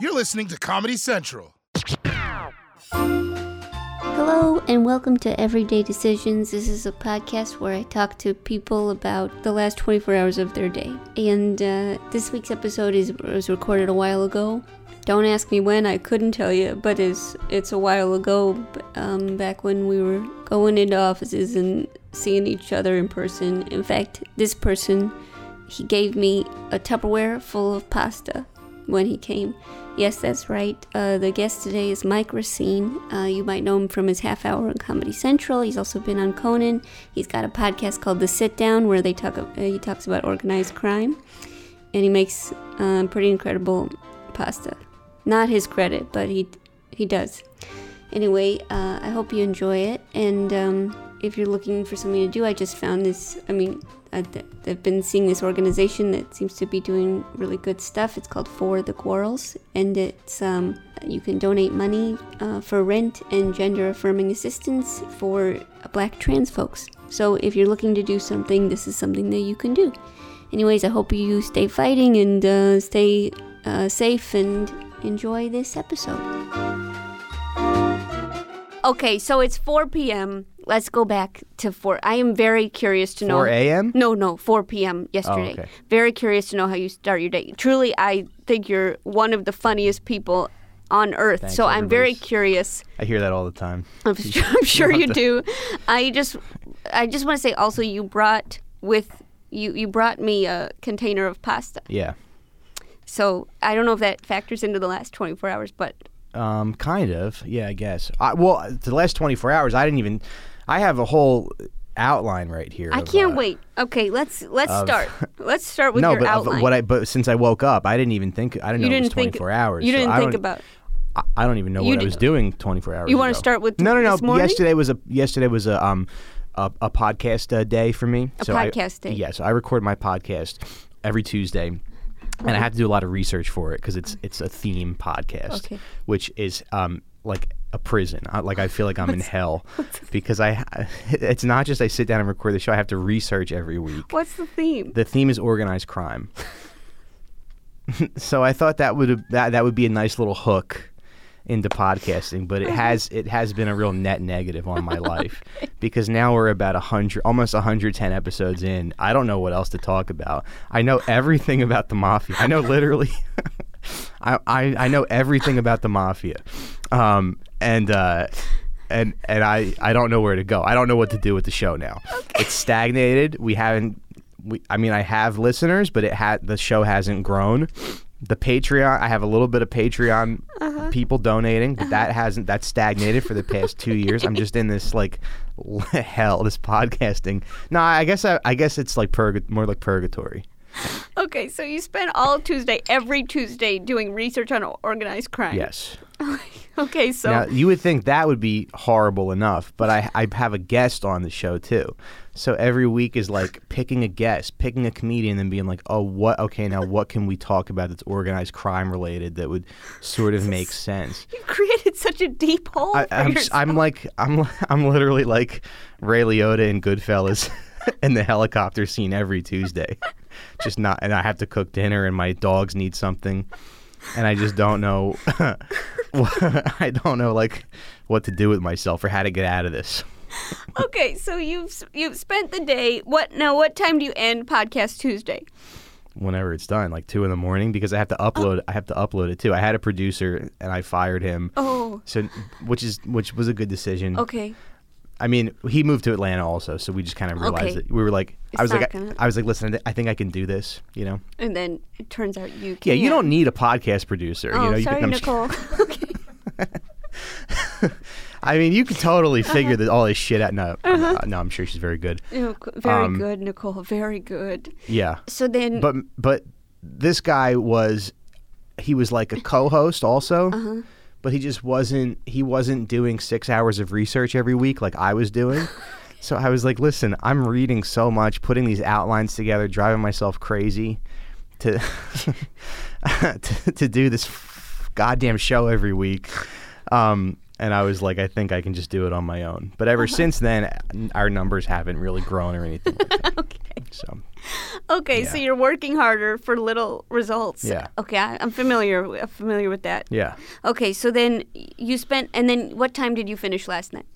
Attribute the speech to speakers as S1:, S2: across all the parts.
S1: You're listening to Comedy Central.
S2: Hello, and welcome to Everyday Decisions. This is a podcast where I talk to people about the last 24 hours of their day. And uh, this week's episode is was recorded a while ago. Don't ask me when, I couldn't tell you, but it's, it's a while ago, b- um, back when we were going into offices and seeing each other in person. In fact, this person, he gave me a Tupperware full of pasta when he came. Yes, that's right. Uh, the guest today is Mike Racine. Uh, you might know him from his half hour on Comedy Central. He's also been on Conan. He's got a podcast called The Sit Down, where they talk. Uh, he talks about organized crime, and he makes um, pretty incredible pasta. Not his credit, but he he does. Anyway, uh, I hope you enjoy it. And um, if you're looking for something to do, I just found this. I mean, I, I've been seeing this organization that seems to be doing really good stuff. It's called For the Quarrels, and it's um, you can donate money uh, for rent and gender affirming assistance for black trans folks. So if you're looking to do something, this is something that you can do. Anyways, I hope you stay fighting and uh, stay uh, safe and enjoy this episode. Okay, so it's 4 p.m. Let's go back to 4. I am very curious to know.
S3: 4 a.m.?
S2: No, no, 4 p.m. yesterday.
S3: Oh, okay.
S2: Very curious to know how you start your day. Truly, I think you're one of the funniest people on earth.
S3: Thanks,
S2: so I'm very
S3: everybody's-
S2: curious.
S3: I hear that all the time.
S2: I'm, sure- I'm sure you do. I just, I just want to say also you brought with you you brought me a container of pasta.
S3: Yeah.
S2: So I don't know if that factors into the last 24 hours, but
S3: Um, kind of. Yeah, I guess. I, well, the last 24 hours, I didn't even. I have a whole outline right here.
S2: I
S3: of,
S2: can't
S3: uh,
S2: wait. Okay, let's let's start. Let's start with
S3: No,
S2: your
S3: but of
S2: outline.
S3: what I but since I woke up, I didn't even think. I didn't
S2: you
S3: know
S2: didn't
S3: it was 24
S2: think,
S3: hours.
S2: You
S3: so
S2: didn't
S3: I
S2: think
S3: don't-
S2: about.
S3: I, I don't even know
S2: you
S3: what
S2: di-
S3: I was doing 24 hours.
S2: You wanna
S3: ago.
S2: start with
S3: no, no, no.
S2: this morning?
S3: Yesterday was a yesterday was a um a, a podcast uh, day for me. A
S2: podcast day.
S3: Yeah, so I record my podcast every Tuesday. And I have to do a lot of research for it because it's it's a theme podcast,
S2: Okay.
S3: which is um like a prison. I, like I feel like I'm in hell because I it's not just I sit down and record the show. I have to research every week
S2: What's the theme?
S3: the theme is organized crime. so I thought that would that that would be a nice little hook into podcasting, but it has it has been a real net negative on my life because now we're about 100 almost 110 episodes in. I don't know what else to talk about. I know everything about the mafia. I know literally I, I I know everything about the mafia. Um and uh and and I I don't know where to go. I don't know what to do with the show now. It's stagnated. We haven't. We, I mean, I have listeners, but it had the show hasn't grown. The Patreon, I have a little bit of Patreon people donating, but that hasn't that's stagnated for the past two years. I'm just in this like hell, this podcasting. No, I guess I, I guess it's like purg- more like purgatory.
S2: Okay, so you spent all Tuesday, every Tuesday, doing research on organized crime.
S3: Yes.
S2: Okay, so
S3: Now you would think that would be horrible enough, but I, I have a guest on the show too, so every week is like picking a guest, picking a comedian, and being like, oh, what? Okay, now what can we talk about that's organized crime related that would sort of make sense?
S2: you created such a deep hole.
S3: I,
S2: for
S3: I'm s-
S2: yourself.
S3: I'm like I'm I'm literally like Ray Liotta in Goodfellas in the helicopter scene every Tuesday, just not, and I have to cook dinner, and my dogs need something, and I just don't know, I don't know like what to do with myself or how to get out of this.
S2: okay, so you've s- you've spent the day. What now? What time do you end podcast Tuesday?
S3: whenever it's done, like two in the morning, because I have to upload. I have to upload it too. I had a producer and I fired him.
S2: Oh.
S3: so which is which was a good decision.
S2: Okay,
S3: I mean, he moved to Atlanta also, so we just kind of realized
S2: Okay.
S3: that we were like,
S2: It's
S3: I was like,
S2: not gonna-
S3: I, I was like, listen, I think I can do this. You know?
S2: and then it turns out you.
S3: Yeah,
S2: Can't.
S3: you don't need a podcast producer.
S2: Oh,
S3: you know, you
S2: sorry,
S3: can, I'm just-
S2: Nicole. okay.
S3: I mean, you could totally
S2: Uh-huh.
S3: figure that all this shit out. No, I'm- uh, no, I'm sure she's very good.
S2: Oh, g- Very
S3: Um,
S2: good, Nicole. Very good.
S3: Yeah.
S2: So then,
S3: but but this guy was he was like a co-host also but he just wasn't he wasn't doing six hours of research every week like i was doing so i was like listen i'm reading so much putting these outlines together driving myself crazy to to, to do this goddamn show every week um and I was like, I think I can just do it on my own. But ever since then, our numbers haven't really grown or anything. Like that.
S2: okay.
S3: So
S2: Okay, so you're working harder for little results.
S3: Yeah.
S2: Okay, I, I'm familiar. wi- I'm familiar with that.
S3: yeah,
S2: Okay, so then y- you spent, and then what time did you finish last night?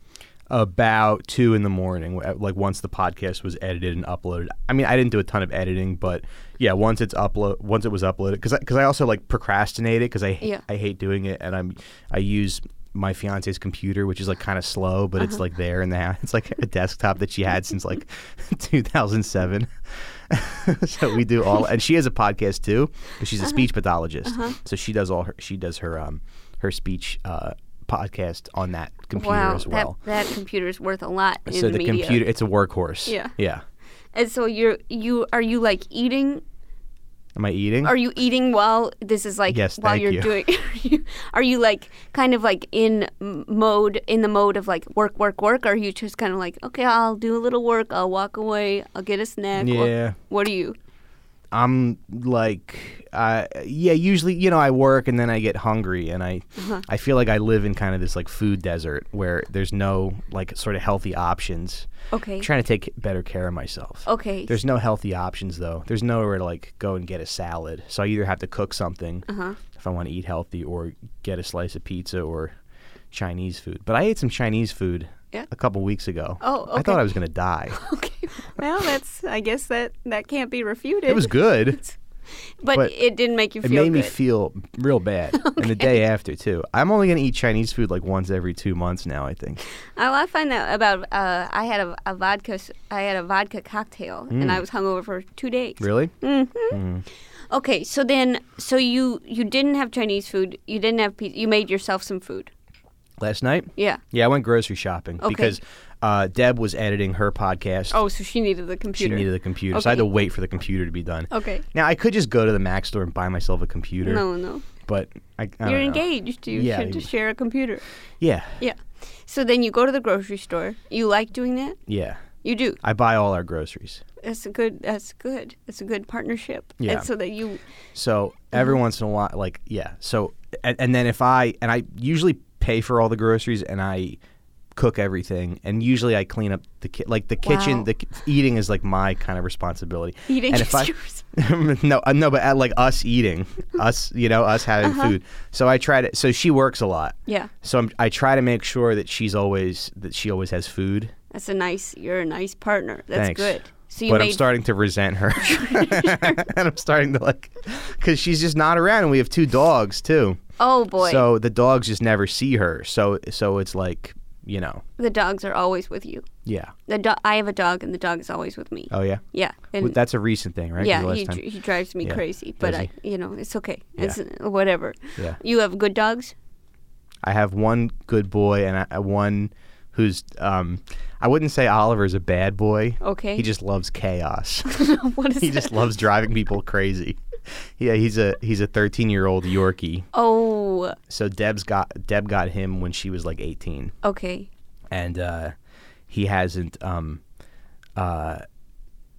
S3: about two in the morning, wh- like once the podcast was edited and uploaded. I mean, I didn't do a ton of editing, but yeah, once it's upload, once it was uploaded, because because I, also like procrastinate it because I
S2: Yeah.
S3: I hate doing it, and I'm I use my fiance's computer, which is like kind of slow, but
S2: Uh-huh.
S3: it's like there and there. It's like a desktop that she had since like 2007. so we do all, and she has a podcast too, because
S2: Uh-huh.
S3: she's a speech pathologist. So she does all her she does her um her speech uh podcast on that computer
S2: wow,
S3: as well
S2: that that computer is worth a lot in
S3: so
S2: the,
S3: the
S2: media.
S3: computer it's a workhorse
S2: Yeah.
S3: yeah
S2: And so you're you are you like eating?
S3: am i eating
S2: Are you eating while this is like
S3: Yes,
S2: while
S3: thank
S2: you're
S3: you.
S2: doing? Are you, are you like kind of like in m- mode in the mode of like work work work? Or are you just kind of like okay, I'll do a little work, I'll walk away, I'll get a snack. Or-
S3: Yeah.
S2: what are you?
S3: i'm like uh, yeah usually you know i work and then i get hungry and i
S2: Uh-huh.
S3: i feel like i live in kind of this like food desert where there's no like sort of healthy options
S2: Okay. Oh.
S3: i'm trying to take better care of myself
S2: okay.
S3: There's no healthy options though. There's nowhere to like go and get a salad. So I either have to cook something
S2: Uh-huh.
S3: if I want to eat healthy, or get a slice of pizza or Chinese food. But I ate some Chinese food
S2: Yeah.
S3: a couple weeks ago.
S2: Oh,
S3: I thought
S2: okay.
S3: I was gonna die.
S2: Okay. Well, that's. I guess that that can't be refuted.
S3: it was good.
S2: but,
S3: but
S2: it didn't make you
S3: It
S2: feel
S3: made me
S2: good.
S3: feel real bad, and the day after too. I'm only gonna eat Chinese food like once every two months now. I think.
S2: Oh, I find that about. Uh, I had a, a vodka. s- I had a vodka cocktail,
S3: Mm.
S2: and I was hungover for two days.
S3: Really?
S2: Okay, so then, so you you didn't have Chinese food. You didn't have pizza. You made yourself some food.
S3: Last night?
S2: Yeah.
S3: Yeah, I went grocery shopping
S2: Okay.
S3: because uh, Deb was editing her podcast.
S2: Oh, so she needed the
S3: She
S2: computer.
S3: needed a computer, so I had
S2: Okay.
S3: to wait for the computer to be done.
S2: Okay.
S3: Now I could just go to the Mac store and buy myself a computer.
S2: No, no.
S3: But I, I don't
S2: You're
S3: know.
S2: engaged. You
S3: Yeah,
S2: should
S3: you-
S2: just share a computer.
S3: Yeah,
S2: Yeah. So then you go to the grocery store. You like doing that?
S3: yeah.
S2: You do.
S3: I buy all our groceries.
S2: That's a good. That's good. That's a good partnership.
S3: Yeah.
S2: And so that you.
S3: So every
S2: Mm-hmm.
S3: once in a while, like yeah. So and, and then if I and I usually pay for all the groceries and I cook everything and usually I clean up the ki- like the kitchen.
S2: Wow.
S3: The ki- eating is like my kind of responsibility.
S2: Eating
S3: and
S2: is yours.
S3: no, uh, no, but uh, like us eating, us you know us having food. So I try to. So she works a lot.
S2: Uh-huh. Yeah.
S3: So I'm, I try to make sure that she's always that she always has food.
S2: That's a nice. You're a nice partner. That's
S3: Thanks.
S2: good. So you
S3: but
S2: made
S3: I'm starting to resent her, and I'm starting to like, because she's just not around, and we have two dogs too.
S2: Oh boy,
S3: So the dogs just never see her. So so it's like you know,
S2: the dogs are always with you.
S3: yeah.
S2: The do- I have a dog, and the dog is always with me.
S3: Oh yeah,
S2: Yeah,
S3: Well,
S2: and
S3: that's a recent thing, right? 'Cause
S2: yeah,
S3: the last
S2: he,
S3: time-
S2: dr- he drives me
S3: Yeah.
S2: crazy, but
S3: Does
S2: I, you know, it's okay.
S3: Yeah.
S2: It's uh, whatever.
S3: Yeah.
S2: You have good dogs.
S3: I have one good boy and I, I- one who's um, I wouldn't say Oliver's a bad boy.
S2: Okay.
S3: he just loves chaos.
S2: what is
S3: he
S2: that?
S3: just loves driving people crazy. Yeah, he's a he's a 13 year old Yorkie.
S2: Oh,
S3: So Deb's got Deb got him when she was like 18,
S2: okay.
S3: and uh, he hasn't. Um, uh,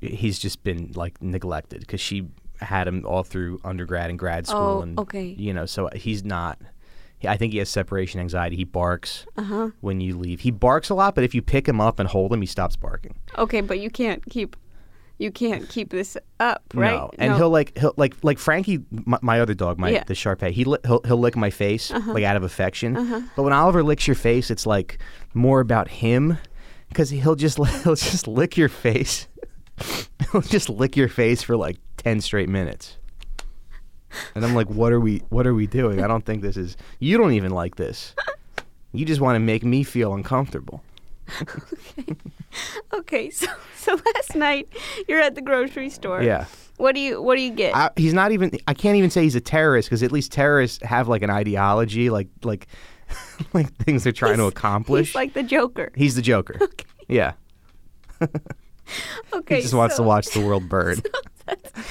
S3: he's just been like neglected because she had him all through undergrad and grad school.
S2: Oh,
S3: and,
S2: okay.
S3: You know, so he's not. I think he has separation anxiety. He barks
S2: Uh-huh.
S3: when you leave. He barks a lot, but if you pick him up and hold him, he stops barking.
S2: Okay, but you can't keep, you can't keep this up, right?
S3: No, and he'll like he'll like like Frankie, my, my other dog, my
S2: Yeah. Uh-huh.
S3: the Sharpei. He li- he'll he'll lick my face like out of affection. But when Oliver licks your face, it's like more about him because he'll just li- he'll just lick your face. he'll just lick your face for like ten straight minutes. And I'm like, what are we what are we doing? I don't think this is. You don't even like this. You just want to make me feel uncomfortable.
S2: Okay, so so last night you're at the grocery store.
S3: Yeah.
S2: What do you What do you get?
S3: I, he's not even. I can't even say he's a terrorist because at least terrorists have like an ideology, like like like things they're trying to accomplish.
S2: He's like the Joker.
S3: He's the Joker. Yeah,
S2: Okay,
S3: he just wants
S2: so-
S3: to watch the world burn.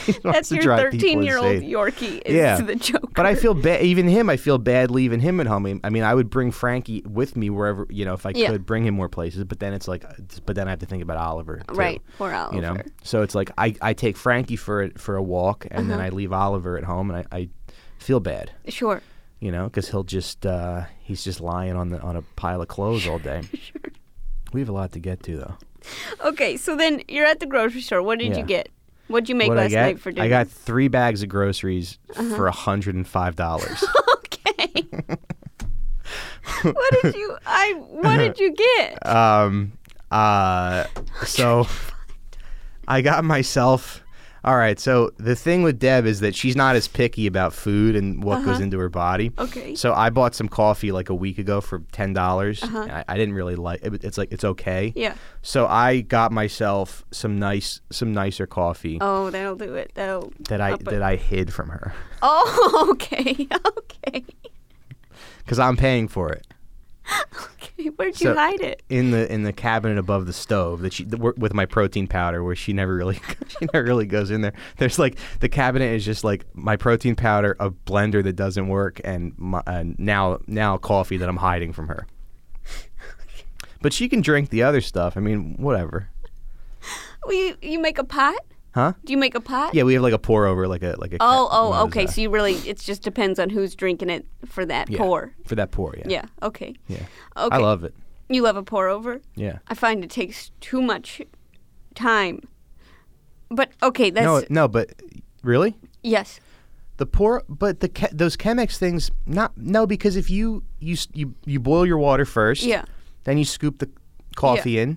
S3: He wants
S2: That's
S3: to
S2: your
S3: drive people
S2: 13 year old
S3: insane.
S2: Yorkie is
S3: Yeah.
S2: the Joker.
S3: But I feel bad. Even him, I feel bad leaving him at home. I mean, I would bring Frankie with me wherever you know if I
S2: Yeah.
S3: could bring him more places. But then it's like, uh, but then I have to think about Oliver. too,
S2: Right, poor Oliver.
S3: You know, so it's like I, I take Frankie for a, for a walk, and
S2: Uh-huh.
S3: then I leave Oliver at home, and I, I feel bad.
S2: Sure.
S3: you know, because he'll just uh, he's just lying on the on a pile of clothes all day. We have a lot to get to though.
S2: Okay, so then you're at the grocery store. What did
S3: Yeah.
S2: you get? What'd you make
S3: What I
S2: last
S3: got?
S2: night for dinner? Uh-huh.
S3: I got three bags of groceries for hundred and five dollars.
S2: okay. what did you? I. What did you get?
S3: um, uh, so I got myself. All right. So the thing with Deb is that she's not as picky about food and what goes into her body.
S2: Uh-huh. Okay.
S3: So I bought some coffee like a week ago for ten dollars.
S2: Uh-huh.
S3: I, I didn't really like it. It's like it's okay.
S2: Yeah.
S3: So I got myself some nice, some nicer coffee
S2: Oh, that'll do it. That'll.
S3: that I
S2: up it.
S3: that I hid from her
S2: Oh, okay, okay,
S3: because I'm paying for it
S2: okay. Where'd you
S3: So-
S2: hide it?
S3: in the in the cabinet above the stove that she the, with my protein powder where she never really she never really goes in there. There's like the cabinet is just like my protein powder, a blender that doesn't work, and my, and now now coffee that I'm hiding from her. But she can drink the other stuff. I mean, whatever,
S2: Well, you, you make a pot?
S3: huh?
S2: Do you make a pot?
S3: Yeah, we have like a pour over, like a like a.
S2: Oh,
S3: ca- one
S2: oh,
S3: of those,
S2: okay.
S3: uh,
S2: So you really, it just depends on who's drinking it for that
S3: yeah,
S2: pour.
S3: for that pour. Yeah.
S2: Yeah. Okay.
S3: Yeah.
S2: Okay.
S3: I love it.
S2: you love a pour over.
S3: Yeah.
S2: I find it takes too much time. But okay, that's
S3: No, no, but really,
S2: yes.
S3: the pour, but the che- those Chemex things, not no, because if you you s- you you boil your water first,
S2: Yeah.
S3: then you scoop the coffee in,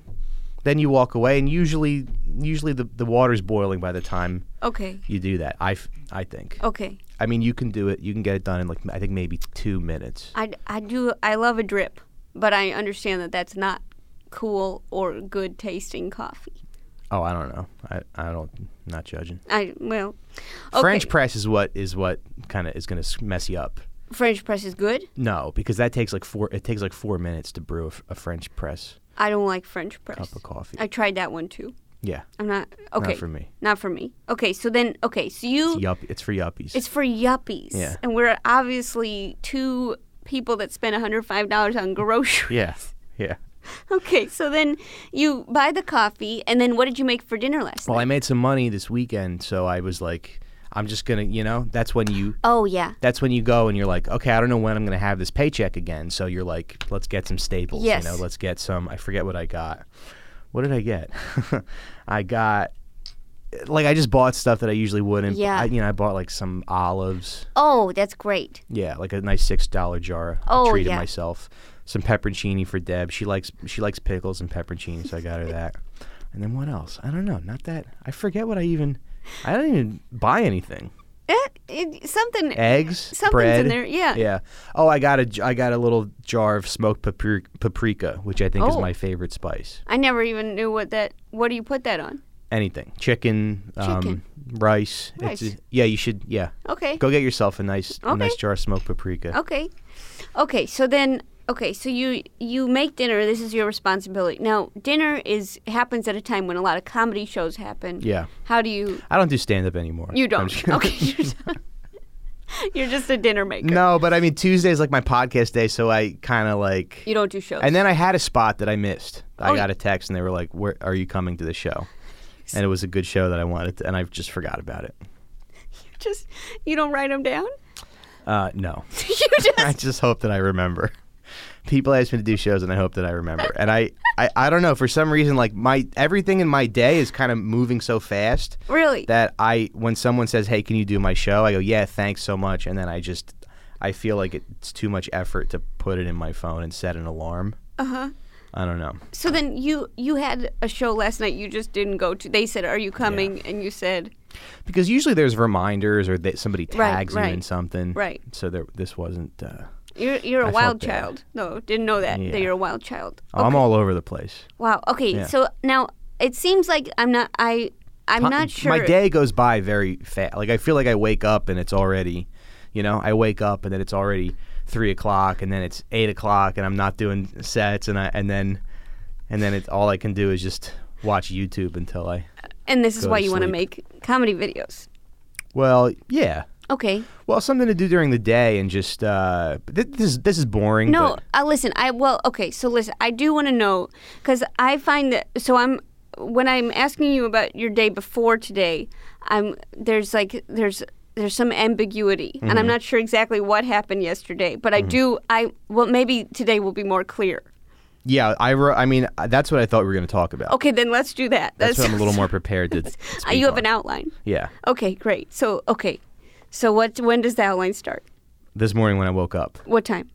S3: then you walk away, and usually usually the the water's boiling by the time
S2: Okay.
S3: you do that. I f- I think.
S2: Okay.
S3: I mean, you can do it. You can get it done in like I think maybe two minutes.
S2: I, I do I love a drip, but I understand that that's not cool or good tasting coffee.
S3: Oh, I don't know. I I don't not judging.
S2: I well, okay.
S3: French press is what is what kind of is going to mess you up.
S2: French press is good.
S3: No, because that takes like four. It takes like four minutes to brew a, f- a French press
S2: I don't like French press.
S3: cup of coffee.
S2: I tried that one too.
S3: yeah,
S2: I'm not okay.
S3: not for me.
S2: Not for me. Okay, so then okay, so you
S3: Yup, it's for yuppies.
S2: It's for yuppies.
S3: Yeah.
S2: And we're obviously two people that spent $105 on groceries.
S3: yeah, yeah.
S2: Okay, so then you buy the coffee, and then what did you make for dinner last
S3: Well,
S2: night?
S3: I made some money this weekend, so I was like, I'm just gonna, you know, that's when you.
S2: Oh, yeah.
S3: That's when you go and you're like, okay, I don't know when I'm gonna have this paycheck again. So you're like, let's get some staples.
S2: Yes.
S3: You know, let's get some. I forget what I got. What did I get? I got, like, I just bought stuff that I usually wouldn't.
S2: Yeah.
S3: I, you know, I bought like some olives.
S2: Oh, that's great.
S3: Yeah, like a nice six dollar jar.
S2: Oh,
S3: I treated
S2: yeah.
S3: myself. Some pepperoncini for Deb. She likes she likes pickles and pepperoncini, so I got her that. And then what else? I don't know. Not that I forget what I even. I didn't even buy anything.
S2: Eh, it- something.
S3: Eggs,
S2: Something's
S3: bread.
S2: in there, yeah.
S3: Yeah. Oh, I got a j- I got a little jar of smoked papri- paprika, which I think is
S2: Oh.
S3: my favorite spice.
S2: I never even knew what that. What do you put that on?
S3: Anything, chicken,
S2: Chicken.
S3: Um, rice.
S2: Rice.
S3: yeah, you should. Yeah,
S2: Okay.
S3: go get yourself a nice a
S2: Okay.
S3: nice jar of smoked paprika.
S2: Okay. Okay, so then. Okay, so you you make dinner. This is your responsibility. Now, dinner is happens at a time when a lot of comedy shows happen.
S3: Yeah,
S2: How do you
S3: I don't do stand up anymore.
S2: You
S3: I'm
S2: don't.
S3: just-
S2: okay. You're just, you're just a dinner maker.
S3: No, but I mean Tuesday's like my podcast day, so I kind of like.
S2: You don't do shows.
S3: And then I had a spot that I missed. I
S2: Oh,
S3: got
S2: yeah.
S3: a text and they were like, "Where are you coming to the show?" And it was a good show that I wanted, to, and I just forgot about it.
S2: just you don't write them down.
S3: Uh, no,
S2: you just
S3: I just hope that I remember. People ask me to do shows, and I hope that I remember. And I, I, I don't know. For some reason, like my everything in my day is kind of moving so fast
S2: really.
S3: that I, when someone says, "Hey, can you do my show?" I go, "Yeah, thanks so much," and then I just, I feel like it's too much effort to put it in my phone and set an alarm. Uh
S2: Uh-huh.
S3: I don't know.
S2: so then you you had a show last night. You just didn't go to. They said, "Are you coming?" And you said,
S3: because usually there's reminders or that somebody
S2: Right,
S3: tags you in
S2: right,
S3: something.
S2: right.
S3: So there, this wasn't. Uh,
S2: "You're you're a
S3: I felt
S2: wild
S3: bad.
S2: child." No, didn't know that.
S3: Yeah.
S2: That you're a wild child.
S3: oh, I'm all over the place.
S2: Wow. Okay. So now it seems like I'm not. I I'm
S3: Huh,
S2: not sure.
S3: My day goes by very fast. Like I feel like I wake up and it's already, you know, I wake up and then it's already three o'clock and then it's eight o'clock and I'm not doing sets and I and then, and then it's all I can do is just watch YouTube until I.
S2: And this is
S3: go
S2: why
S3: to
S2: you want to
S3: sleep.
S2: make comedy videos.
S3: Well, yeah.
S2: Okay.
S3: Well, something to do during the day and just uh, th- this is this is boring.
S2: No,
S3: but
S2: uh, listen. I well, okay. So listen, I do want to know because I find that. So I'm when I'm asking you about your day before today. I'm there's like there's there's some ambiguity,
S3: Mm-hmm.
S2: and I'm not sure exactly what happened yesterday. But I do. I well, maybe today will be more clear.
S3: Yeah, I wrote. I mean, uh, that's what I thought we were going to talk about.
S2: Okay, then let's do that.
S3: That's what I'm a little more prepared to.
S2: Uh,
S3: speak
S2: Oh, you have an
S3: on.
S2: outline.
S3: Yeah,
S2: Okay, great. So okay, so what? When does the outline start?
S3: this morning when I woke up.
S2: What time?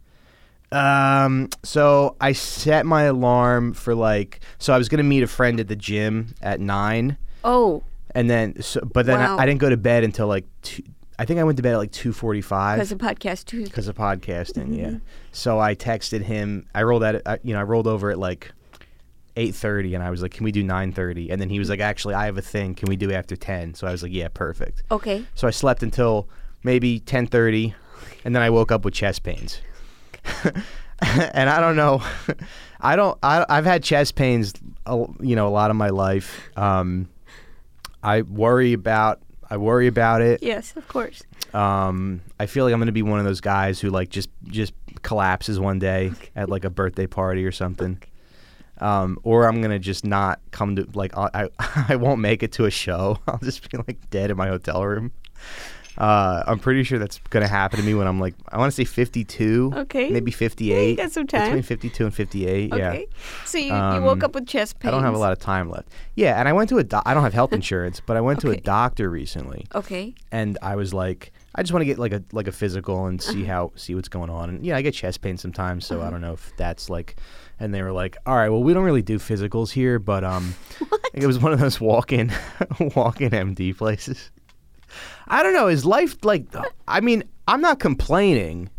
S3: Um, so I set my alarm for like. So I was going to meet a friend at the gym at nine,
S2: Oh,
S3: and then. So, but then
S2: Wow.
S3: I, I didn't go to bed until like two. I think I went to bed at like two forty-five.
S2: because of podcast Tuesday.
S3: because of podcasting. Yeah. So I texted him. I rolled at I, you know I rolled over at like eight thirty, and I was like, "Can we do 9.30? And then he was like, "Actually, I have a thing. Can we do after 10? So I was like, "Yeah, perfect."
S2: Okay.
S3: So I slept until maybe ten thirty, and then I woke up with chest pains. and I don't know. I don't. I, I've had chest pains, a- you know, a lot of my life. Um, I worry about. I worry about it.
S2: Yes, of course.
S3: Um, I feel like I'm gonna be one of those guys who like just just collapses one day at like a birthday party or something. Um, or I'm gonna just not come to like I I, I won't make it to a show. I'll just be like dead in my hotel room. Uh, I'm pretty sure that's gonna happen to me when I'm like I want to say 52,
S2: Okay.
S3: maybe 58.
S2: got some time.
S3: between 52 and 58. Yeah.
S2: Okay. So you, you woke
S3: Um,
S2: up with chest pains.
S3: I don't have a lot of time left. Yeah, and I went to a doc- I don't have health insurance, but I went to
S2: Okay.
S3: a doctor recently
S2: Okay.
S3: and I was like, I just want to get like a like a physical and
S2: Uh-huh.
S3: see how see what's going on. And yeah, I get chest pain sometimes, so I don't know if that's like. And they were like, "All right, well, we don't really do physicals here, but um, it was one of those walk-in walk-in MD places. I don't know. Is life like? I mean, I'm not complaining,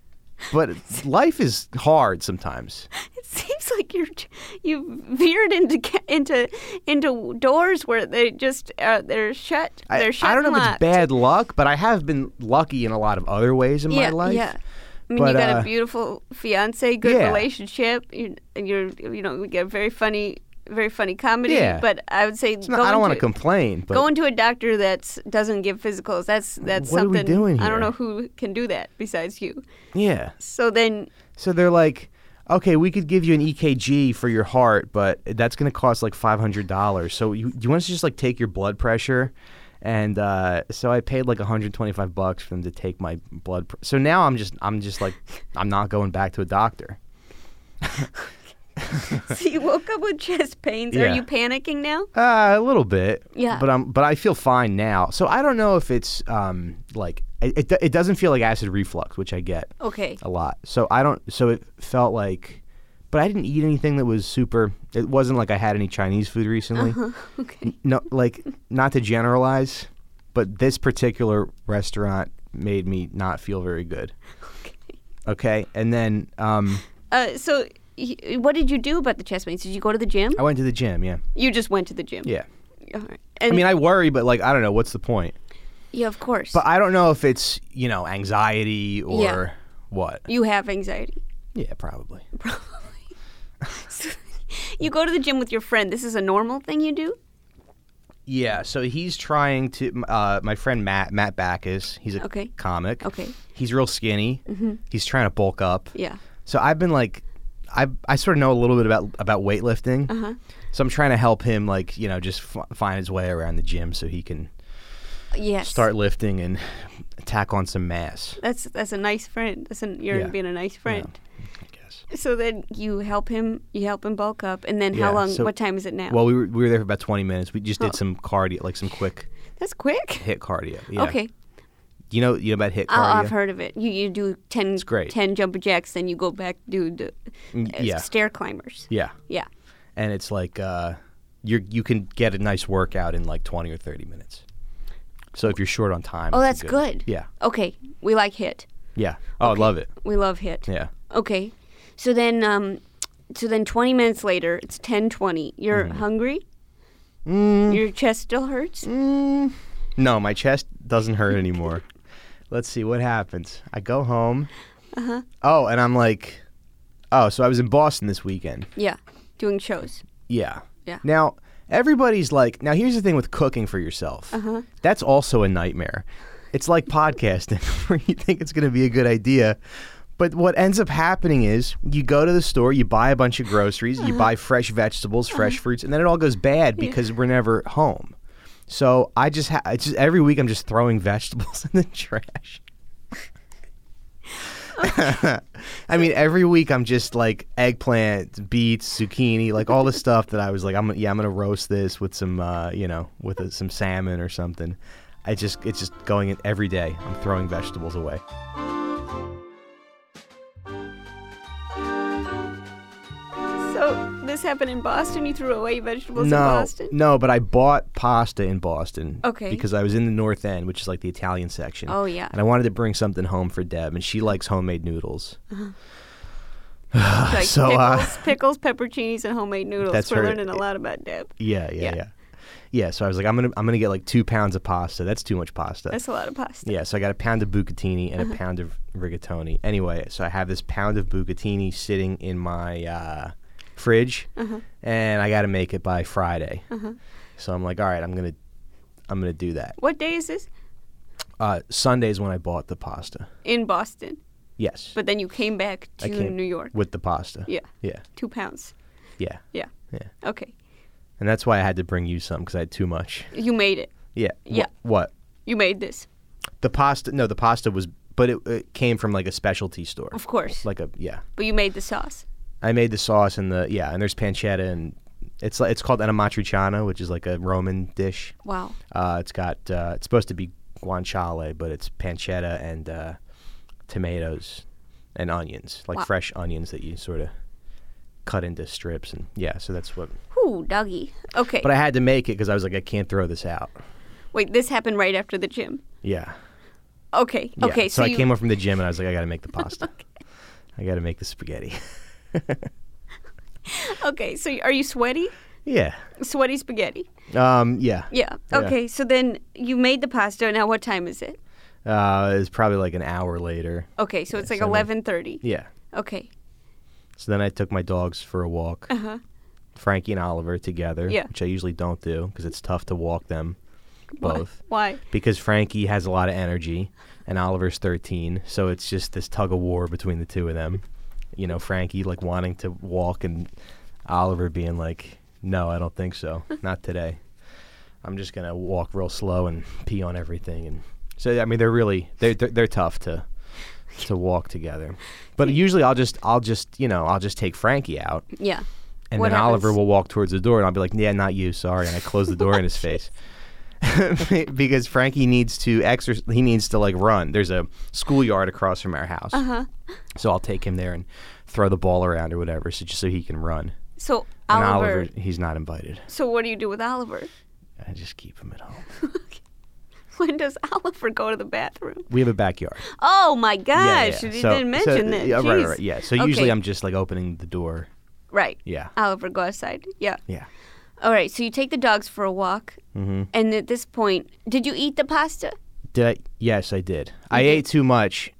S3: but life is hard sometimes.
S2: It seems like you're j- you veered into ca- into into doors where they just uh, they're shut.
S3: I,
S2: they're shut.
S3: I don't know
S2: and
S3: if it's
S2: locked.
S3: bad luck, but I have been lucky in a lot of other ways in
S2: Yeah,
S3: my life.
S2: yeah. I mean,
S3: But,
S2: you got a
S3: uh,
S2: beautiful fiance, good
S3: Yeah.
S2: relationship. You, and you're you know we get very funny, very funny comedy.
S3: Yeah.
S2: But I would say
S3: It's not- I don't
S2: going
S3: want to complain, but
S2: Going to a doctor that doesn't give physicals, that's that's
S3: What are we
S2: something.
S3: doing
S2: I don't
S3: here?
S2: know who can do that besides you.
S3: yeah.
S2: So then,
S3: So they're like, okay, we could give you an EKG for your heart, but that's going to cost like five hundred dollars. So you you want us to just like take your blood pressure, and uh, so I paid like one hundred twenty five bucks for them to take my blood. Pr- so now I'm just I'm just like I'm not going back to a doctor.
S2: so you woke up with chest pains. Are
S3: Yeah.
S2: you panicking now?
S3: Uh, a little bit.
S2: Yeah.
S3: But I'm but I feel fine now. So I don't know if it's um like it it, do- it doesn't feel like acid reflux, which I get
S2: Okay.
S3: a lot. So I don't. So it felt like, but I didn't eat anything that was super. It wasn't like I had any Chinese food recently.
S2: Uh-huh, Okay.
S3: No, like not to generalize, but this particular restaurant made me not feel very good. Okay, and then um,
S2: Uh, so, y- what did you do about the chest pains? Did you go to the gym?
S3: I went to the gym. Yeah,
S2: You just went to the gym.
S3: yeah.
S2: All right.
S3: I
S2: And
S3: mean, I worry, but like I don't know what's the point.
S2: yeah, of course.
S3: But I don't know if it's you know anxiety or what.
S2: you have anxiety.
S3: Yeah, probably.
S2: You go to the gym with your friend. This is a normal thing you do.
S3: Yeah, so he's trying to. m- Uh, my friend Matt Matt Backus, he's a
S2: Okay.
S3: comic.
S2: Okay. Mm-hmm.
S3: He's real skinny. He's trying to bulk up.
S2: Yeah.
S3: So I've been like, I I sort of know a little bit about about weightlifting. Uh-huh. So I'm trying to help him, like you know, just f- find his way around the gym so he can
S2: Yes.
S3: start lifting and tack on some mass.
S2: That's that's a nice friend. That's an, you're
S3: Yeah.
S2: being a nice friend.
S3: I guess.
S2: So then you help him. You help him bulk up, and then how
S3: Yeah,
S2: long?
S3: so-
S2: what time is it now?
S3: Well, we were we were there for about 20 minutes. We just
S2: Oh.
S3: did some cardio, like some quick
S2: that's quick.
S3: hit cardio. Yeah.
S2: Okay.
S3: You know you know about hit
S2: Oh,
S3: cardio.
S2: I've heard of it. You you do 10,
S3: great. Mm,
S2: 10 jumper jacks, then you go back do the uh,
S3: yeah.
S2: stair climbers.
S3: Yeah.
S2: Yeah.
S3: and it's like uh, you you can get a nice workout in like 20 or 30 minutes. So if you're short on time,
S2: Oh,
S3: it's
S2: that's
S3: a
S2: good.
S3: Yeah,
S2: Okay, we like hit.
S3: yeah. Oh, I love it.
S2: We love hit.
S3: Yeah,
S2: Okay, so then um, so then twenty minutes later, it's ten twenty.
S3: Mm.
S2: You're hungry. Your chest still hurts.
S3: Mm. no, my chest doesn't hurt anymore. Let's see what happens. I go home.
S2: Uh-huh.
S3: Oh, and I'm like, oh, so I was in Boston this weekend.
S2: Yeah, doing shows.
S3: Yeah.
S2: Yeah.
S3: Now everybody's like, now here's the thing with cooking for yourself. Uh-huh. That's also a nightmare. It's like podcasting, where you think it's going to be a good idea, but what ends up happening is you go to the store, you buy a bunch of groceries, you buy fresh vegetables, fresh fruits, and then it all goes bad because we're never home. So I just, ha- it's just every week I'm just throwing vegetables in the trash. I mean, every week I'm just like eggplant, beets, zucchini, like all the stuff that I was like, I'm yeah, I'm gonna roast this with some, uh, you know, with uh some salmon or something. I just it's just going in every day. I'm throwing vegetables away.
S2: So this happened in Boston. You threw away vegetables
S3: no,
S2: in Boston.
S3: no, but I bought pasta in Boston.
S2: Okay.
S3: Because I was in the North End, which is like the Italian section.
S2: Oh, yeah.
S3: And I wanted to bring something home for Deb, and she likes homemade noodles.
S2: like
S3: so, uh,
S2: pickles, pickles, pepperoncinis, and homemade noodles.
S3: That's
S2: We're
S3: her-
S2: learning a lot about Deb.
S3: Yeah, yeah,
S2: Yeah.
S3: yeah, yeah. so I was like, I'm gonna I'm gonna get like two pounds of pasta. That's too much pasta.
S2: That's a lot of pasta.
S3: yeah, so I got a pound of bucatini and
S2: Uh-huh.
S3: a pound of rigatoni. Anyway, so I have this pound of bucatini sitting in my uh, fridge,
S2: Uh-huh.
S3: and I got to make it by Friday. So I'm like, all right, I'm gonna I'm gonna do that.
S2: What day is this?
S3: Uh, Sunday's when I bought the pasta.
S2: In Boston.
S3: Yes,
S2: But then you came back
S3: I
S2: to
S3: came
S2: New York.
S3: with the pasta.
S2: Yeah.
S3: yeah,
S2: Two pounds.
S3: yeah.
S2: Yeah.
S3: Yeah.
S2: Okay.
S3: And that's why I had to bring you some because I had too much.
S2: You made it.
S3: Yeah.
S2: Yeah.
S3: Wh- what?
S2: You made this.
S3: The pasta? No, the pasta was, but it, it came from like a specialty store.
S2: Of course.
S3: Like a yeah.
S2: But you made the sauce.
S3: I made the sauce and the yeah, and there's pancetta and it's like it's called anamatriciana, which is like a Roman dish.
S2: Wow.
S3: Uh, it's got uh, it's supposed to be guanciale, but it's pancetta and uh, tomatoes and onions, like
S2: Wow.
S3: fresh onions that you sort of cut into strips and yeah. So that's what.
S2: Whew, doggy. Okay.
S3: But I had to make it because I was like, I can't throw this out.
S2: Wait, this happened right after the gym.
S3: Yeah.
S2: Okay.
S3: Yeah.
S2: Okay.
S3: So, I
S2: you,
S3: came up from the gym and I was like, I got to make the pasta. I got to make the spaghetti.
S2: Okay. So are you sweaty?
S3: yeah.
S2: Sweaty spaghetti.
S3: Um. Yeah.
S2: Yeah.
S3: Yeah.
S2: Okay. So then you made the pasta. Now what time is it?
S3: Uh, it's probably like an hour later.
S2: Okay. So it's like
S3: so then-
S2: eleven thirty.
S3: Yeah.
S2: Okay.
S3: So then I took my dogs for a walk.
S2: Uh-huh.
S3: Frankie and Oliver together,
S2: Yeah.
S3: which I usually don't do because it's tough to walk them both.
S2: Why?
S3: Because Frankie has a lot of energy and Oliver's 13, so it's just this tug of war between the two of them. You know, Frankie like wanting to walk and Oliver being like, "No, I don't think so. Not today. I'm just going to walk real slow and pee on everything." And so I mean, they're really they are they're tough to to walk together. But usually I'll just I'll just, you know, I'll just take Frankie out
S2: Yeah.
S3: and
S2: What
S3: then Oliver
S2: happens?
S3: will walk towards the door, and I'll be like, "Yeah, not you, sorry," and I close the door in
S2: Oh,
S3: his face because Frankie needs to exercise. He needs to like run. There's a schoolyard across from our house, uh-huh. so I'll take him there and throw the ball around or whatever, so just so he can run.
S2: So
S3: And
S2: Oliver,
S3: Oliver, he's not invited.
S2: So what do you do with Oliver?
S3: I just keep him at home.
S2: When does Oliver go to the bathroom?
S3: We have a backyard.
S2: Oh my
S3: Yeah,
S2: gosh!
S3: yeah,
S2: You
S3: So-
S2: didn't
S3: so- uh,
S2: mention that.
S3: Yeah, right,
S2: Jeez.
S3: right, right. Yeah. So usually
S2: Okay.
S3: I'm just like opening the door.
S2: Right.
S3: Yeah.
S2: Oliver, go outside. Yeah.
S3: Yeah. Mm-hmm.
S2: All right. So you take the dogs for a walk, and at this point, did you eat the pasta?
S3: Did I? Yes, I did. I ate too much,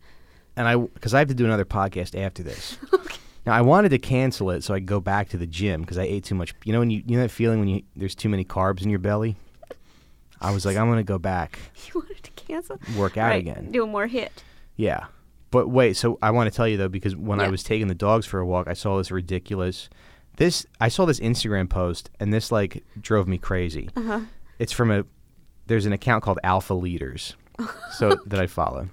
S3: and I because I have to do another podcast after this. Now I wanted to cancel it so I could go back to the gym because I ate too much. You know when you you know that feeling when you there's too many carbs in your belly. I was like, I'm gonna go back
S2: You wanted to cancel.
S3: work out
S2: Right,
S3: again.
S2: Do a more hit.
S3: Yeah. But wait, so I want to tell you though, because when
S2: Yeah.
S3: I was taking the dogs for a walk, I saw this ridiculous. This I saw this Instagram post, and this like drove me crazy. Uh-huh. It's from a there's an account called Alpha Leaders, so that I follow,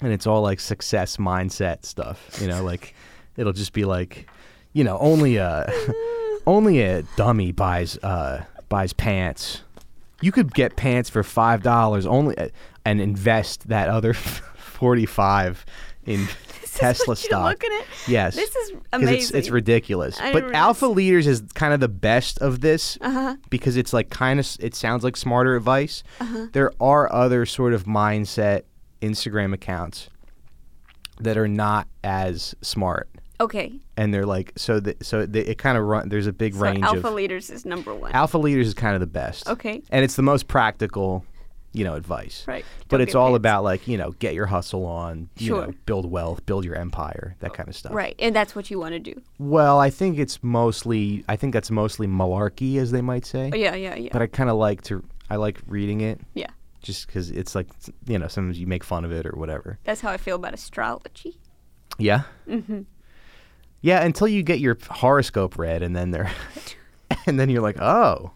S3: and it's all like success mindset stuff. You know, like it'll just be like, you know, only a only a dummy buys uh buys pants. You could get pants for five dollars only, uh, and invest that other forty five in Tesla
S2: what you're
S3: stock.
S2: looking at?
S3: Yes,
S2: This is
S3: 'Cause It's, it's
S2: amazing.
S3: ridiculous.
S2: I didn't
S3: But
S2: realize- Uh-huh.
S3: Alpha Leaders is kind of the best of this because it's like kind of it sounds like smarter advice.
S2: Uh-huh.
S3: There are other sort of mindset Instagram accounts that are not as smart,
S2: Okay.
S3: and they're like so. The, so the, it kind of run. There's a big
S2: So
S3: range
S2: alpha
S3: of
S2: leaders is number one.
S3: Alpha Leaders is kind of the best.
S2: Okay.
S3: And it's the most practical, you know, advice.
S2: Right.
S3: But
S2: Don't
S3: it's
S2: get
S3: all
S2: pants.
S3: about like, you know, get your hustle on, you
S2: Sure. Oh,
S3: know, build wealth, build your empire, that kind of stuff.
S2: right, and that's what you want to do.
S3: Well, I think it's mostly I think that's mostly malarkey as they might say.
S2: Oh, yeah, yeah, yeah.
S3: But I kind of like to I like reading it
S2: yeah.
S3: just cuz it's like, you know, sometimes you make fun of it or whatever.
S2: That's how I feel about astrology.
S3: Yeah. Mhm.
S2: Mm-hmm.
S3: Yeah, until you get your horoscope read and then they're and then you're like, "Oh,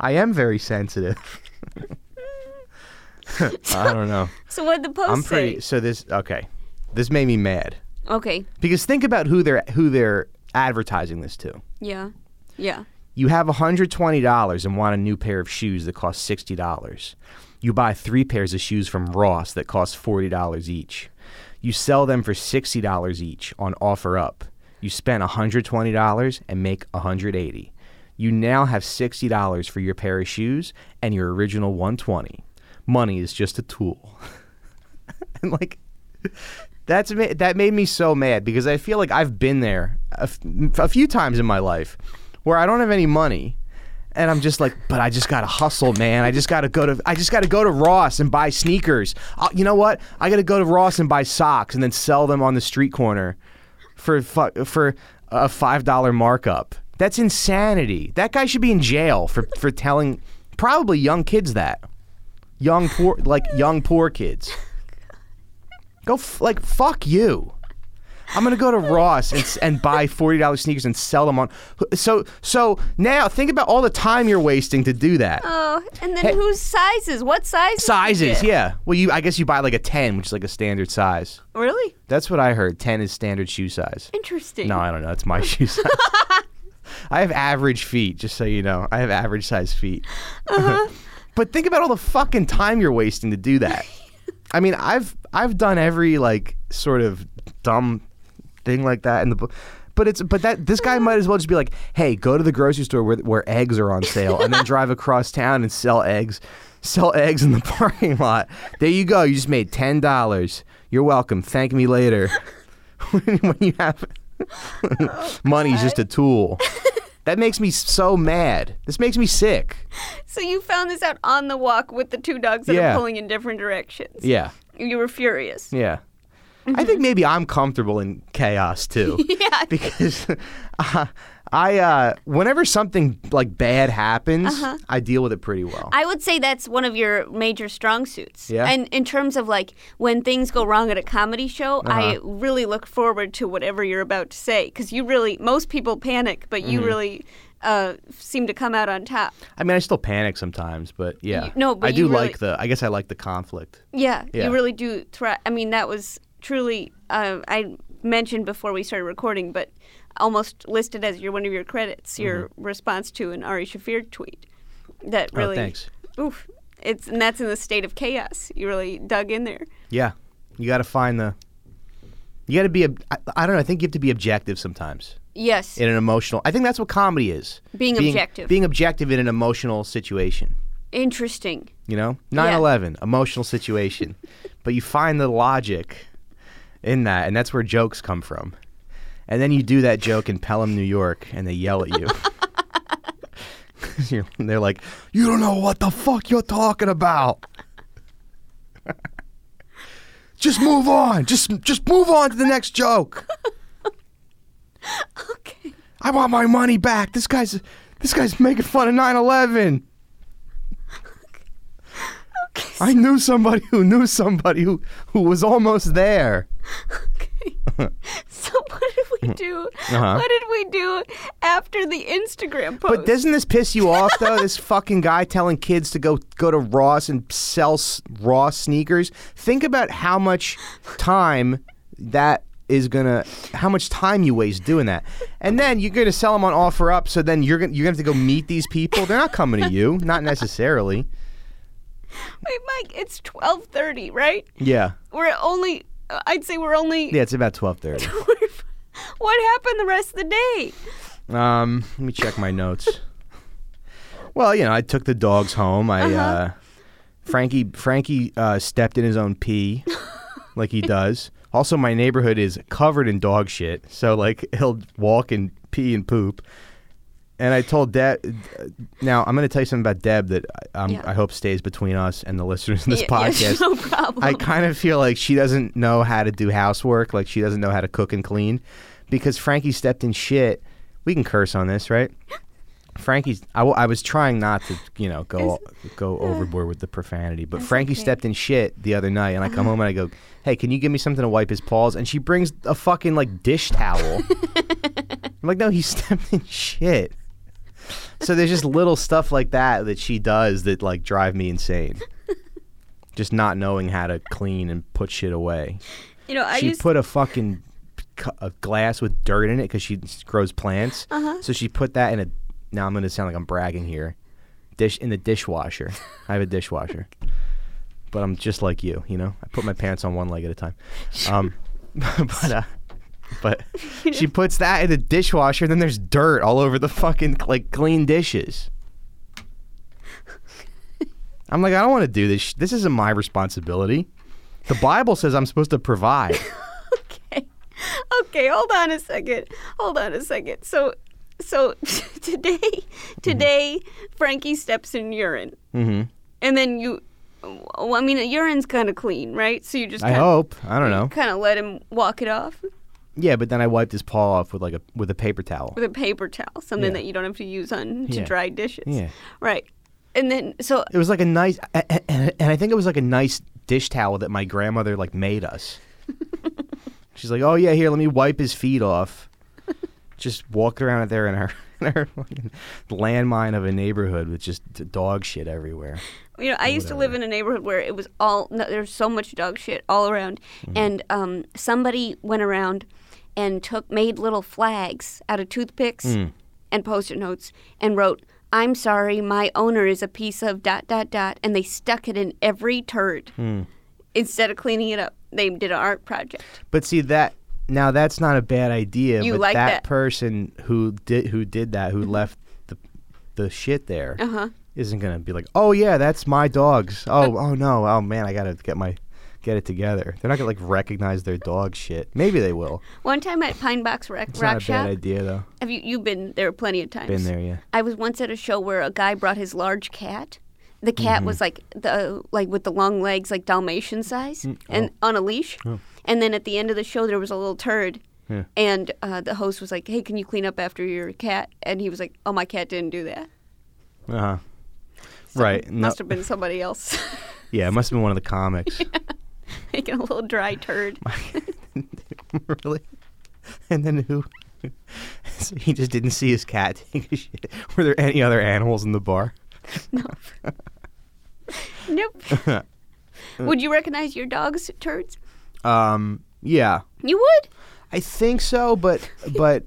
S3: I am very sensitive." I don't know.
S2: So what did the post
S3: I'm pretty
S2: say?
S3: so this okay. This made me mad
S2: Okay.
S3: because think about who they're who they're advertising this to.
S2: Yeah. Yeah.
S3: You have $120 and want a new pair of shoes that cost $60. You buy three pairs of shoes from Ross that cost $40 each. You sell them for $60 each on OfferUp. You spend $120 and make $180. You now have $60 for your pair of shoes and your original 120. Money is just a tool. and like that's ma- that made me so mad because I feel like I've been there a, f- a few times in my life where I don't have any money and I'm just like but I just got to hustle man I just got to go to I just got to go to Ross and buy sneakers i you know what I got to go to Ross and buy socks and then sell them on the street corner for fu- for a $5 markup that's insanity that guy should be in jail for for telling probably young kids that young poor like young poor kids Go f- like fuck you. I'm gonna go to Ross and, s- and buy forty dollars sneakers and sell them on. So so now think about all the time you're wasting to do that.
S2: Oh, and then whose sizes? What sizes? you get?
S3: Sizes, yeah. Well, you I guess you buy like a ten, which is like a standard size.
S2: Really
S3: That's what I heard. Ten is standard shoe size.
S2: interesting.
S3: No, I don't know. That's my shoe size. I have average feet, just so you know. I have average size feet. but think about all the fucking time you're wasting to do that. I mean, I've I've done every like sort of dumb thing like that in the book. But it's but that this guy might as well just be like, hey, go to the grocery store where where eggs are on sale, and then drive across town and sell eggs, sell eggs in the parking lot. There you go. You just made ten dollars. You're welcome. Thank me later. when, when you have money's just a tool. that makes me so mad. This makes me sick.
S2: So you found this out on the walk with the two dogs that
S3: Yeah.
S2: are pulling in different directions.
S3: Yeah.
S2: You were furious.
S3: Yeah. I think maybe I'm comfortable in chaos too.
S2: Mm-hmm. Yeah.
S3: Because uh, I, uh, whenever something like bad happens, I deal with it pretty well.
S2: Uh-huh. I would say that's one of your major strong suits.
S3: Yeah.
S2: And in terms of like when things go wrong at a comedy show,
S3: Uh-huh.
S2: I really look forward to whatever you're about to say because you really most people panic, but you
S3: Mm-hmm.
S2: really uh, seem to come out on top.
S3: I mean, I still panic sometimes, but yeah.
S2: You- no, but
S3: I
S2: you
S3: do
S2: really-
S3: like the. I guess I like the conflict.
S2: Yeah,
S3: Yeah.
S2: you really do thrive. I mean, that was truly. Uh, I mentioned before we started recording, but almost listed as your one of your credits, your
S3: Mm-hmm.
S2: response to an Ari Shafir tweet. That really.
S3: Oh, thanks.
S2: Oof. It's and that's in the state of chaos. You really dug in there.
S3: Yeah. You got to find the. You got to be. ob- I, I don't know. I think you have to be objective sometimes
S2: Yes.
S3: in an emotional. I think that's what comedy is.
S2: Being objective.
S3: Being objective in an emotional situation.
S2: Interesting.
S3: You know, 9 11, emotional situation. but you find the logic in that, and that's where jokes come from. And then you do that joke in Pelham, New York, and they yell at you. You're- they're like, You don't know what the fuck you're talking about. just move on. Just, just move on to the next joke.
S2: Okay.
S3: I want my money back. This guy's, this guy's making fun of 9 11.
S2: Okay.
S3: I knew somebody who knew somebody who, who was almost there.
S2: So what did we do?
S3: Uh-huh.
S2: What did we do after the Instagram post?
S3: But doesn't this piss you off though? this fucking guy telling kids to go go to Ross and sell s- Ross sneakers. Think about how much time that is gonna, how much time you waste doing that, and then you're gonna sell them on offer up. So then you're gonna you're gonna have to go meet these people. They're not coming to you, not necessarily.
S2: Wait, Mike, it's twelve thirty, right?
S3: Yeah,
S2: We're only. I'd say we're only.
S3: yeah, it's about twelve thirty.
S2: what happened the rest of the day?
S3: Um, let me check my notes. well, you know, I took the dogs home. I uh Frankie Frankie uh, stepped in his own pee, like he does. Also, my neighborhood is covered in dog shit, so like he'll walk and pee and poop. And I told Deb. uh, Now I'm going to tell you something about Deb that I- um,
S2: Yeah.
S3: I hope stays between us and the listeners in this
S2: Y-
S3: podcast.
S2: yes, no problem.
S3: I kind of feel like she doesn't know how to do housework, like she doesn't know how to cook and clean, because Frankie stepped in shit. We can curse on this, right? Frankie's. I, w- I was trying not to, you know, go go overboard with the profanity, but Frankie stepped in shit the other night, and I come home and I go, "Hey, can you give me something to wipe his paws?" And she brings a fucking like dish towel. I'm like, no, he stepped in shit. So there's just little stuff like that that she does that like drive me insane. Just not knowing how to clean and put shit away.
S2: You know, I
S3: she
S2: used
S3: put a fucking cu- a glass with dirt in it because she s- grows plants. Uh-huh. So she put that in a. Now I'm going to sound like I'm bragging here. Dish in the dishwasher. I have a dishwasher, but I'm just like you. You know, I put my pants on one leg at a time. Um, but uh, but she puts that in the dishwasher. and Then there's dirt all over the fucking like clean dishes. I'm like, I don't want to do this. sh- This isn't my responsibility. The Bible says I'm supposed to provide.
S2: okay. Okay, hold on a second. Hold on a second. So so today
S3: Mm-hmm.
S2: today Frankie steps in urine.
S3: hmm
S2: And then you well, I mean, the urine's kind of clean, right? So you just
S3: I
S2: kinda,
S3: hope. I don't know.
S2: kind of let him walk it off
S3: Yeah, but then I wiped his paw off with like a with a paper towel.
S2: with a paper towel, something
S3: Yeah.
S2: that you don't have to use on to
S3: Yeah.
S2: dry dishes.
S3: Yeah.
S2: Right. And then so
S3: It was like a nice, and and I think it was like a nice dish towel that my grandmother like made us. She's like, "Oh yeah, here, let me wipe his feet off." Just walked around there in her, in her fucking landmine of a neighborhood with just d- dog shit everywhere.
S2: You know, I used to live in a neighborhood where it was all no, there's so much dog shit all around,
S3: Mm-hmm.
S2: and um, somebody went around and took made little flags out of toothpicks
S3: Mm.
S2: and post-it notes and wrote, "I'm sorry, my owner is a piece of dot dot dot," and they stuck it in every turd
S3: Hmm.
S2: instead of cleaning it up. They did an art project.
S3: But see that now that's not a bad idea.
S2: You
S3: but
S2: like
S3: that,
S2: that. Mm-hmm.
S3: person who did who did that who left the the shit there
S2: Uh-huh.
S3: not gonna be like, oh yeah, that's my dog's. Oh oh no, oh man, I gotta get my get it together. They're not gonna like recognize their dog shit. Maybe they will.
S2: One time at Pine Box Rock,
S3: It's
S2: rock
S3: not a
S2: Shop,
S3: bad idea though.
S2: have you you been there plenty of times?
S3: Been there, yeah.
S2: I was once at a show where a guy brought his large cat. The cat
S3: Mm-hmm.
S2: was like the like with the long legs, like Dalmatian size,
S3: Mm, oh.
S2: and on a leash. And then at the end of the show, there was a little turd.
S3: Yeah.
S2: And uh, the host was like, "Hey, can you clean up after your cat?" And he was like, "Oh, my cat didn't do that.
S3: Uh huh. Right. No,
S2: Must have been somebody else
S3: yeah, it must have been one of the comics.
S2: making a little dry turd."
S3: really? And then who? so he just didn't see his cat take a shit. Were there any other animals in the bar?
S2: nope. would you recognize your dog's turds?
S3: Um, yeah,
S2: You would.
S3: I think so, but but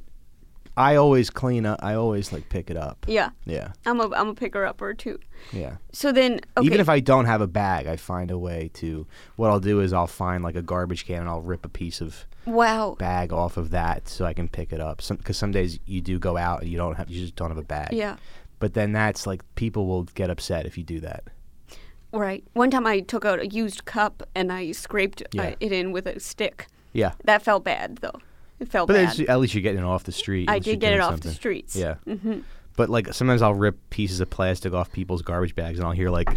S3: I always clean up. I always like pick it up.
S2: Yeah,
S3: Yeah,
S2: I'm a I'm a picker upper too.
S3: yeah.
S2: So then, okay.
S3: Even if I don't have a bag, I find a way to. What I'll do is I'll find like a garbage can and I'll rip a piece of
S2: wow.
S3: bag off of that so I can pick it up. Because some, 'cause some days you do go out and you don't have you just don't have a bag.
S2: Yeah.
S3: But then that's like people will get upset if you do that.
S2: Right. One time I took out a used cup and I scraped uh,
S3: Yeah.
S2: it in with a stick.
S3: Yeah.
S2: That felt bad, though. It felt
S3: But
S2: bad.
S3: it's, at least you're getting it off the street.
S2: I
S3: unless you're
S2: did get it
S3: doing
S2: off the
S3: something.
S2: streets.
S3: Yeah. Mm-hmm. But like sometimes I'll rip pieces of plastic off people's garbage bags, and I'll hear like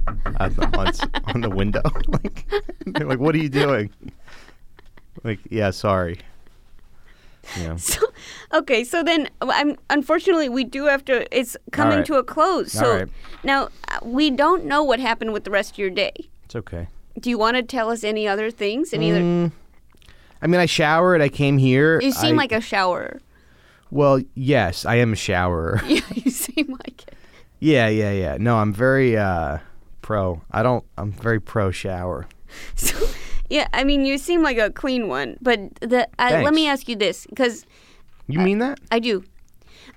S3: on the, on, s- on the window, like they're like, "What are you doing?" Like, yeah, sorry. Yeah.
S2: So, okay, so then uh, I'm unfortunately we do have to. It's coming
S3: right.
S2: to a close.
S3: All
S2: So
S3: right.
S2: now uh, we don't know what happened with the rest of your day.
S3: It's okay.
S2: Do you want to tell us any other things? Any other?
S3: I mean, I showered. I came here.
S2: You seem
S3: Mm, I-
S2: like a shower.
S3: Well, yes, I am a showerer.
S2: Yeah, you seem like it.
S3: yeah, yeah, yeah. No, I'm very uh, pro. I don't. I'm very pro shower.
S2: So, yeah, I mean, you seem like a clean one. But the uh, let
S3: Thanks.
S2: me ask you this, because
S3: You mean that?
S2: I do.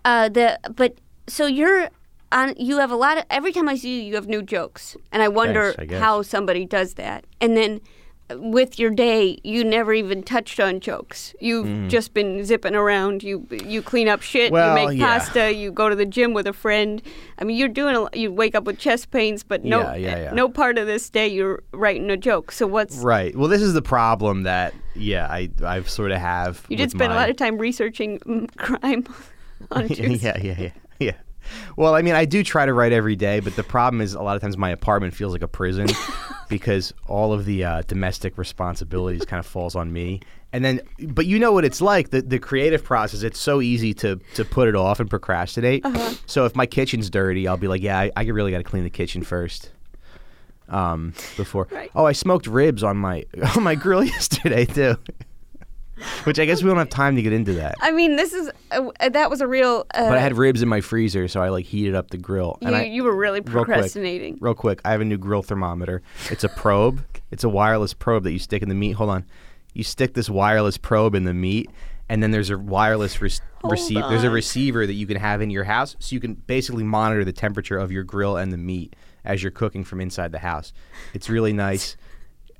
S2: Uh, the but so you're on. You have a lot of. Every time I see you, you have new jokes, and I wonder
S3: Thanks, I guess.
S2: how somebody does that. And then uh, with your day, you never even touched on jokes. You've just been zipping around. You you clean up shit.
S3: Mm-hmm. Well,
S2: you make
S3: yeah.
S2: pasta. You go to the gym with a friend. I mean, you're doing. A, lo- you wake up with chest pains, but no
S3: Yeah, yeah, yeah.
S2: no part of this day you're writing a joke. So what's
S3: Right. Well, this is the problem that yeah, I I've sort of have.
S2: you
S3: with
S2: did spend a
S3: my-
S2: lot of time researching mm, crime on Tuesday.
S3: yeah, yeah, yeah, yeah. Well, I mean, I do try to write every day, but the problem is a lot of times my apartment feels like a prison because all of the uh, domestic responsibilities kind of falls on me. And then, but you know what it's like the the creative process. It's so easy to to put it off and procrastinate. So if my kitchen's dirty, I'll be like, yeah, I, I really got to clean the kitchen first. Um, before
S2: Right.
S3: oh, I smoked ribs on my on my grill yesterday too. Which I guess we don't have time to get into that.
S2: I mean, this is uh, uh, that was a real. Uh,
S3: But I had ribs in my freezer, so I like heated up the grill.
S2: you,
S3: and I,
S2: you were really
S3: real quick,
S2: procrastinating.
S3: Real quick, I have a new grill thermometer. It's a probe. it's a wireless probe that you stick in the meat. Hold on. you stick this wireless probe in the meat, and then there's a wireless re- receiver. There's a
S4: on.
S3: receiver that you can have in your house, so you can basically monitor the temperature of your grill and the meat as you're cooking from inside the house. It's really nice.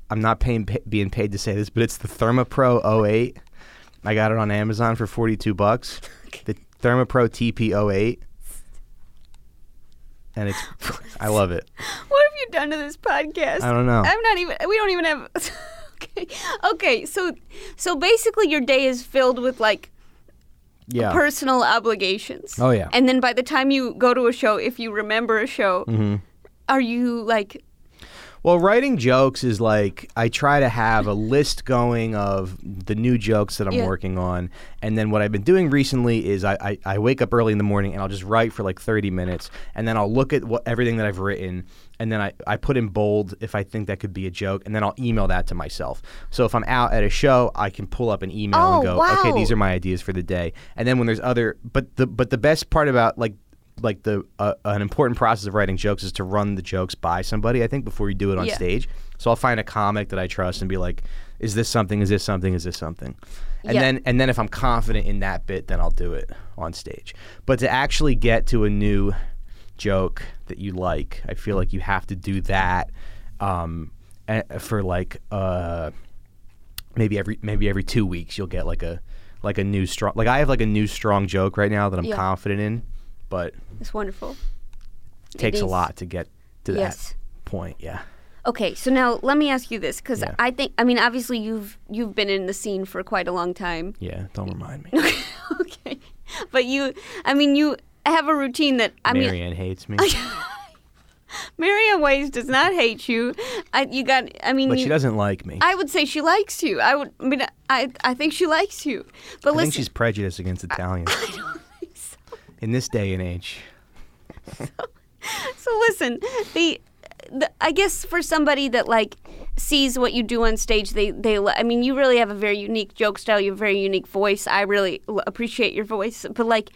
S3: I'm not paying pa- being paid to say this, but it's the ThermaPro 08. I got it on Amazon for 42 bucks. The ThermaPro TP 08. And it's I love it.
S2: What have you done to this podcast?
S3: I don't know.
S2: I'm not even. We don't even have. okay. Okay. So, so basically, your day is filled with like
S3: Yeah.
S2: personal obligations.
S3: Oh, yeah.
S2: And then by the time you go to a show, if you remember a show,
S3: Mm-hmm.
S2: are you like?
S3: Well, writing jokes is like I try to have a list going of the new jokes that I'm
S2: Yeah.
S3: working on, and then what I've been doing recently is I, I, I wake up early in the morning and I'll just write for like 30 minutes, and then I'll look at what everything that I've written, and then I, I put in bold if I think that could be a joke, and then I'll email that to myself. So if I'm out at a show, I can pull up an email
S2: Oh,
S3: and go, okay,
S2: wow.
S3: these are my ideas for the day, and then when there's other, but the but the best part about like like the uh, an important process of writing jokes is to run the jokes by somebody. I think before you do it on
S2: Yeah.
S3: stage. So I'll find a comic that I trust and be like, "Is this something? Is this something? Is this something?" And
S2: Yeah.
S3: then and then if I'm confident in that bit, then I'll do it on stage. But to actually get to a new joke that you like, I feel like you have to do that um, eh, for like. Uh, maybe every maybe every two weeks you'll get like a like a new strong like I have like a new strong joke right now that I'm
S2: Yeah.
S3: confident in, but
S2: It's wonderful.
S3: it takes a
S2: is.
S3: lot to get to
S2: Yes.
S3: that point. Yeah.
S2: Okay, so now let me ask you this because
S3: Yeah.
S2: I think I mean obviously you've you've been in the scene for quite a long time.
S3: Yeah. Don't remind me.
S2: okay, but you I mean you have a routine that I mean
S3: Marianne hates me,
S2: Marianne Ways does not hate you. I, you got I mean
S3: but
S2: you,
S3: she doesn't like me. I,
S2: I would say she likes you. I would I mean I I think she likes you. But
S3: think
S2: listen,
S3: she's prejudiced against Italians in this day and age.
S2: so listen, the, the I guess for somebody that like sees what you do on stage, they they li- I mean you really have a very unique joke style, you have a very unique voice. I really l- appreciate your voice, but like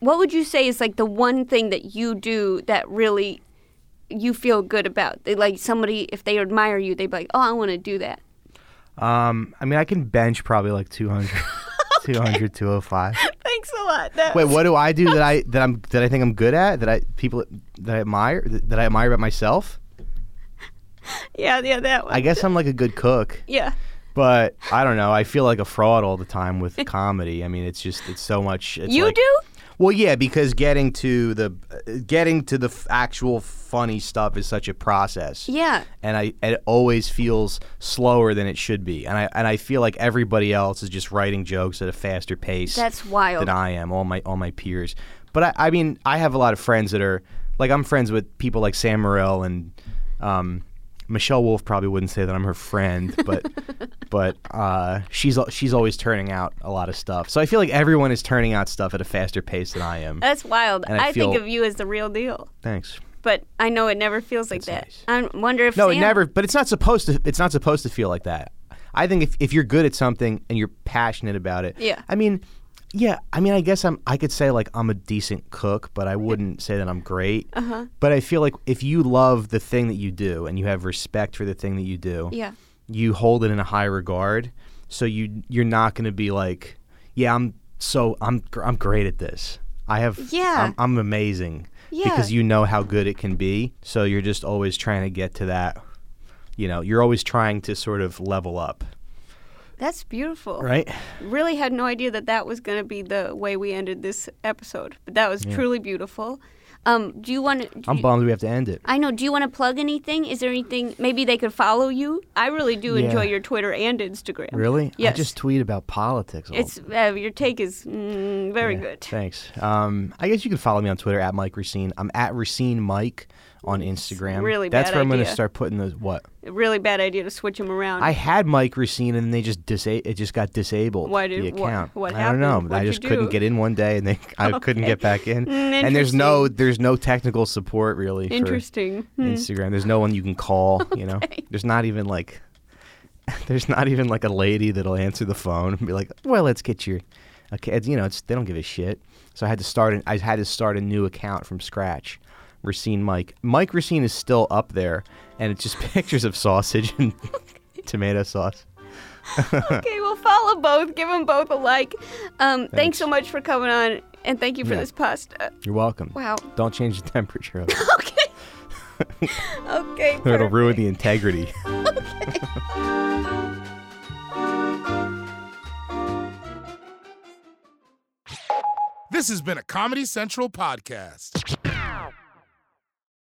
S2: what would you say is like the one thing that you do that really you feel good about? They, like somebody if they admire you, they'd be like, "Oh, I want to do that."
S3: Um, I mean, I can bench probably like 200, 200, 205.
S2: Thanks a lot. That-
S3: Wait, what do I do that I that I'm that I think I'm good at that I people that I admire that, that I admire about myself?
S2: Yeah, yeah, that one.
S3: I guess I'm like a good cook.
S2: yeah.
S3: But I don't know. I feel like a fraud all the time with comedy. I mean, it's just it's so much. It's
S2: You
S3: like-
S2: do?
S3: Well, yeah, because getting to the uh, getting to the f- actual funny stuff is such a process.
S2: Yeah.
S3: And I and it always feels slower than it should be. And I and I feel like everybody else is just writing jokes at a faster pace.
S2: That's wild.
S3: Than I am. All my all my peers. But I, I mean, I have a lot of friends that are like I'm friends with people like Sam Morril and um, Michelle Wolf. Probably wouldn't say that I'm her friend, but but uh, she's al- she's always turning out a lot of stuff. So I feel like everyone is turning out stuff at a faster pace than I am.
S2: That's wild.
S3: And I
S2: I, think
S3: feel-
S2: of you as the real deal,
S3: Thanks.
S2: but I know it never feels like that.
S3: That's
S2: I wonder if
S3: No, it
S2: Sam-
S3: never. But it's not supposed to. It's not supposed to feel like that. I think if, if you're good at something and you're passionate about it.
S2: Yeah.
S3: I mean, yeah. I mean, I guess I'm. I could say like I'm a decent cook, but I wouldn't say that I'm great. Uh-huh. But I feel like if you love the thing that you do and you have respect for the thing that you do,
S2: Yeah.
S3: you hold it in a high regard. So you you're not going to be like, yeah, I'm so I'm gr- I'm great at this. I have
S2: Yeah.
S3: I'm, I'm amazing
S2: Yeah.
S3: because you know how good it can be. So you're just always trying to get to that. You know, you're always trying to sort of level up,
S2: That's beautiful.
S3: right?
S2: Really had no idea that that was going to be the way we ended this episode, but that was truly beautiful. Um, do you want to?
S3: I'm bummed we have to end it.
S2: I know. Do you want to plug anything? Is there anything? Maybe they could follow you. I really do
S3: Yeah.
S2: enjoy your Twitter and Instagram.
S3: Really?
S2: Yes.
S3: I just tweet about politics. All
S2: It's uh, your take is mm, very good.
S3: Thanks. Um, I guess you can follow me on Twitter at Mike Racine. I'm at Racine Mike on Instagram.
S2: really
S3: That's
S2: bad
S3: where I'm going to
S2: idea.
S3: start putting those what.
S2: Really bad idea to switch them around.
S3: I had Mike Racine, and they just disa- it just got disabled.
S2: Why did-
S3: the
S2: what-
S3: account?
S2: what
S3: I don't know.
S2: happened?
S3: I
S2: What'd
S3: just
S2: you
S3: couldn't
S2: do?
S3: get in one day, and they I couldn't get back in.
S2: Mm,
S3: and there's no there's no technical support really.
S2: Interesting.
S3: For Instagram. There's no one you can call. You know. There's not even like there's not even like a lady that'll answer the phone and be like, well, let's get your. Okay, it's- you know, it's they don't give a shit. So I had to start. An, I had to start a new account from scratch. Racine Mike. Mike Racine is still up there, and it's just pictures of sausage and tomato sauce.
S2: okay, well, follow both. Give them both a like. Um, thanks. so much for coming on, and thank you for
S3: Yeah.
S2: this pasta.
S3: You're welcome.
S2: Wow.
S3: Don't change the temperature of it,
S2: Okay. okay.
S3: or it'll
S2: perfect.
S3: ruin the integrity.
S1: This has been a Comedy Central podcast.